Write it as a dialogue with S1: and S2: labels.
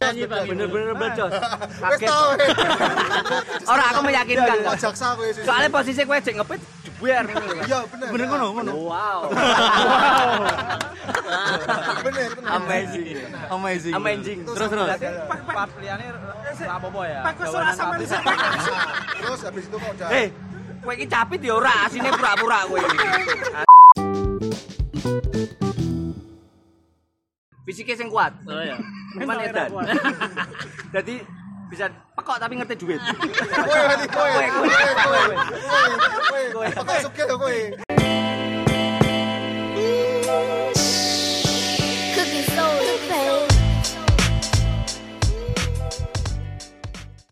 S1: nyanyi Pak.
S2: Bener-bener meledos.
S3: Wes
S2: Kaget.
S3: tau. eh.
S2: Ora aku meyakinkan.
S3: Kok jaksa kowe sih.
S2: Soalnya posisi kowe jek ngepit jebuer ngono lho.
S3: Iya bener.
S1: Bener ngono ngono.
S2: Wow.
S3: Bener bener.
S2: Amazing.
S1: Amazing.
S2: Amazing. Terus terus.
S1: Berarti
S4: Part liane ra apa-apa ya.
S5: Pak Kus ora
S4: Gawanan
S5: sama
S4: kabeh.
S5: di sana.
S3: Terus habis itu kok udah
S2: Hei, Eh, kowe iki capit ya ora, asine pura-pura kowe iki. Fisiknya sing kuat.
S1: Oh ya.
S2: Cuman edan. Jadi bisa pekok tapi ngerti duit.
S3: kowe berarti kowe.
S2: Kowe, kowe.
S3: Kowe kowe. Kowe. Kowe. Kowe. Kowe.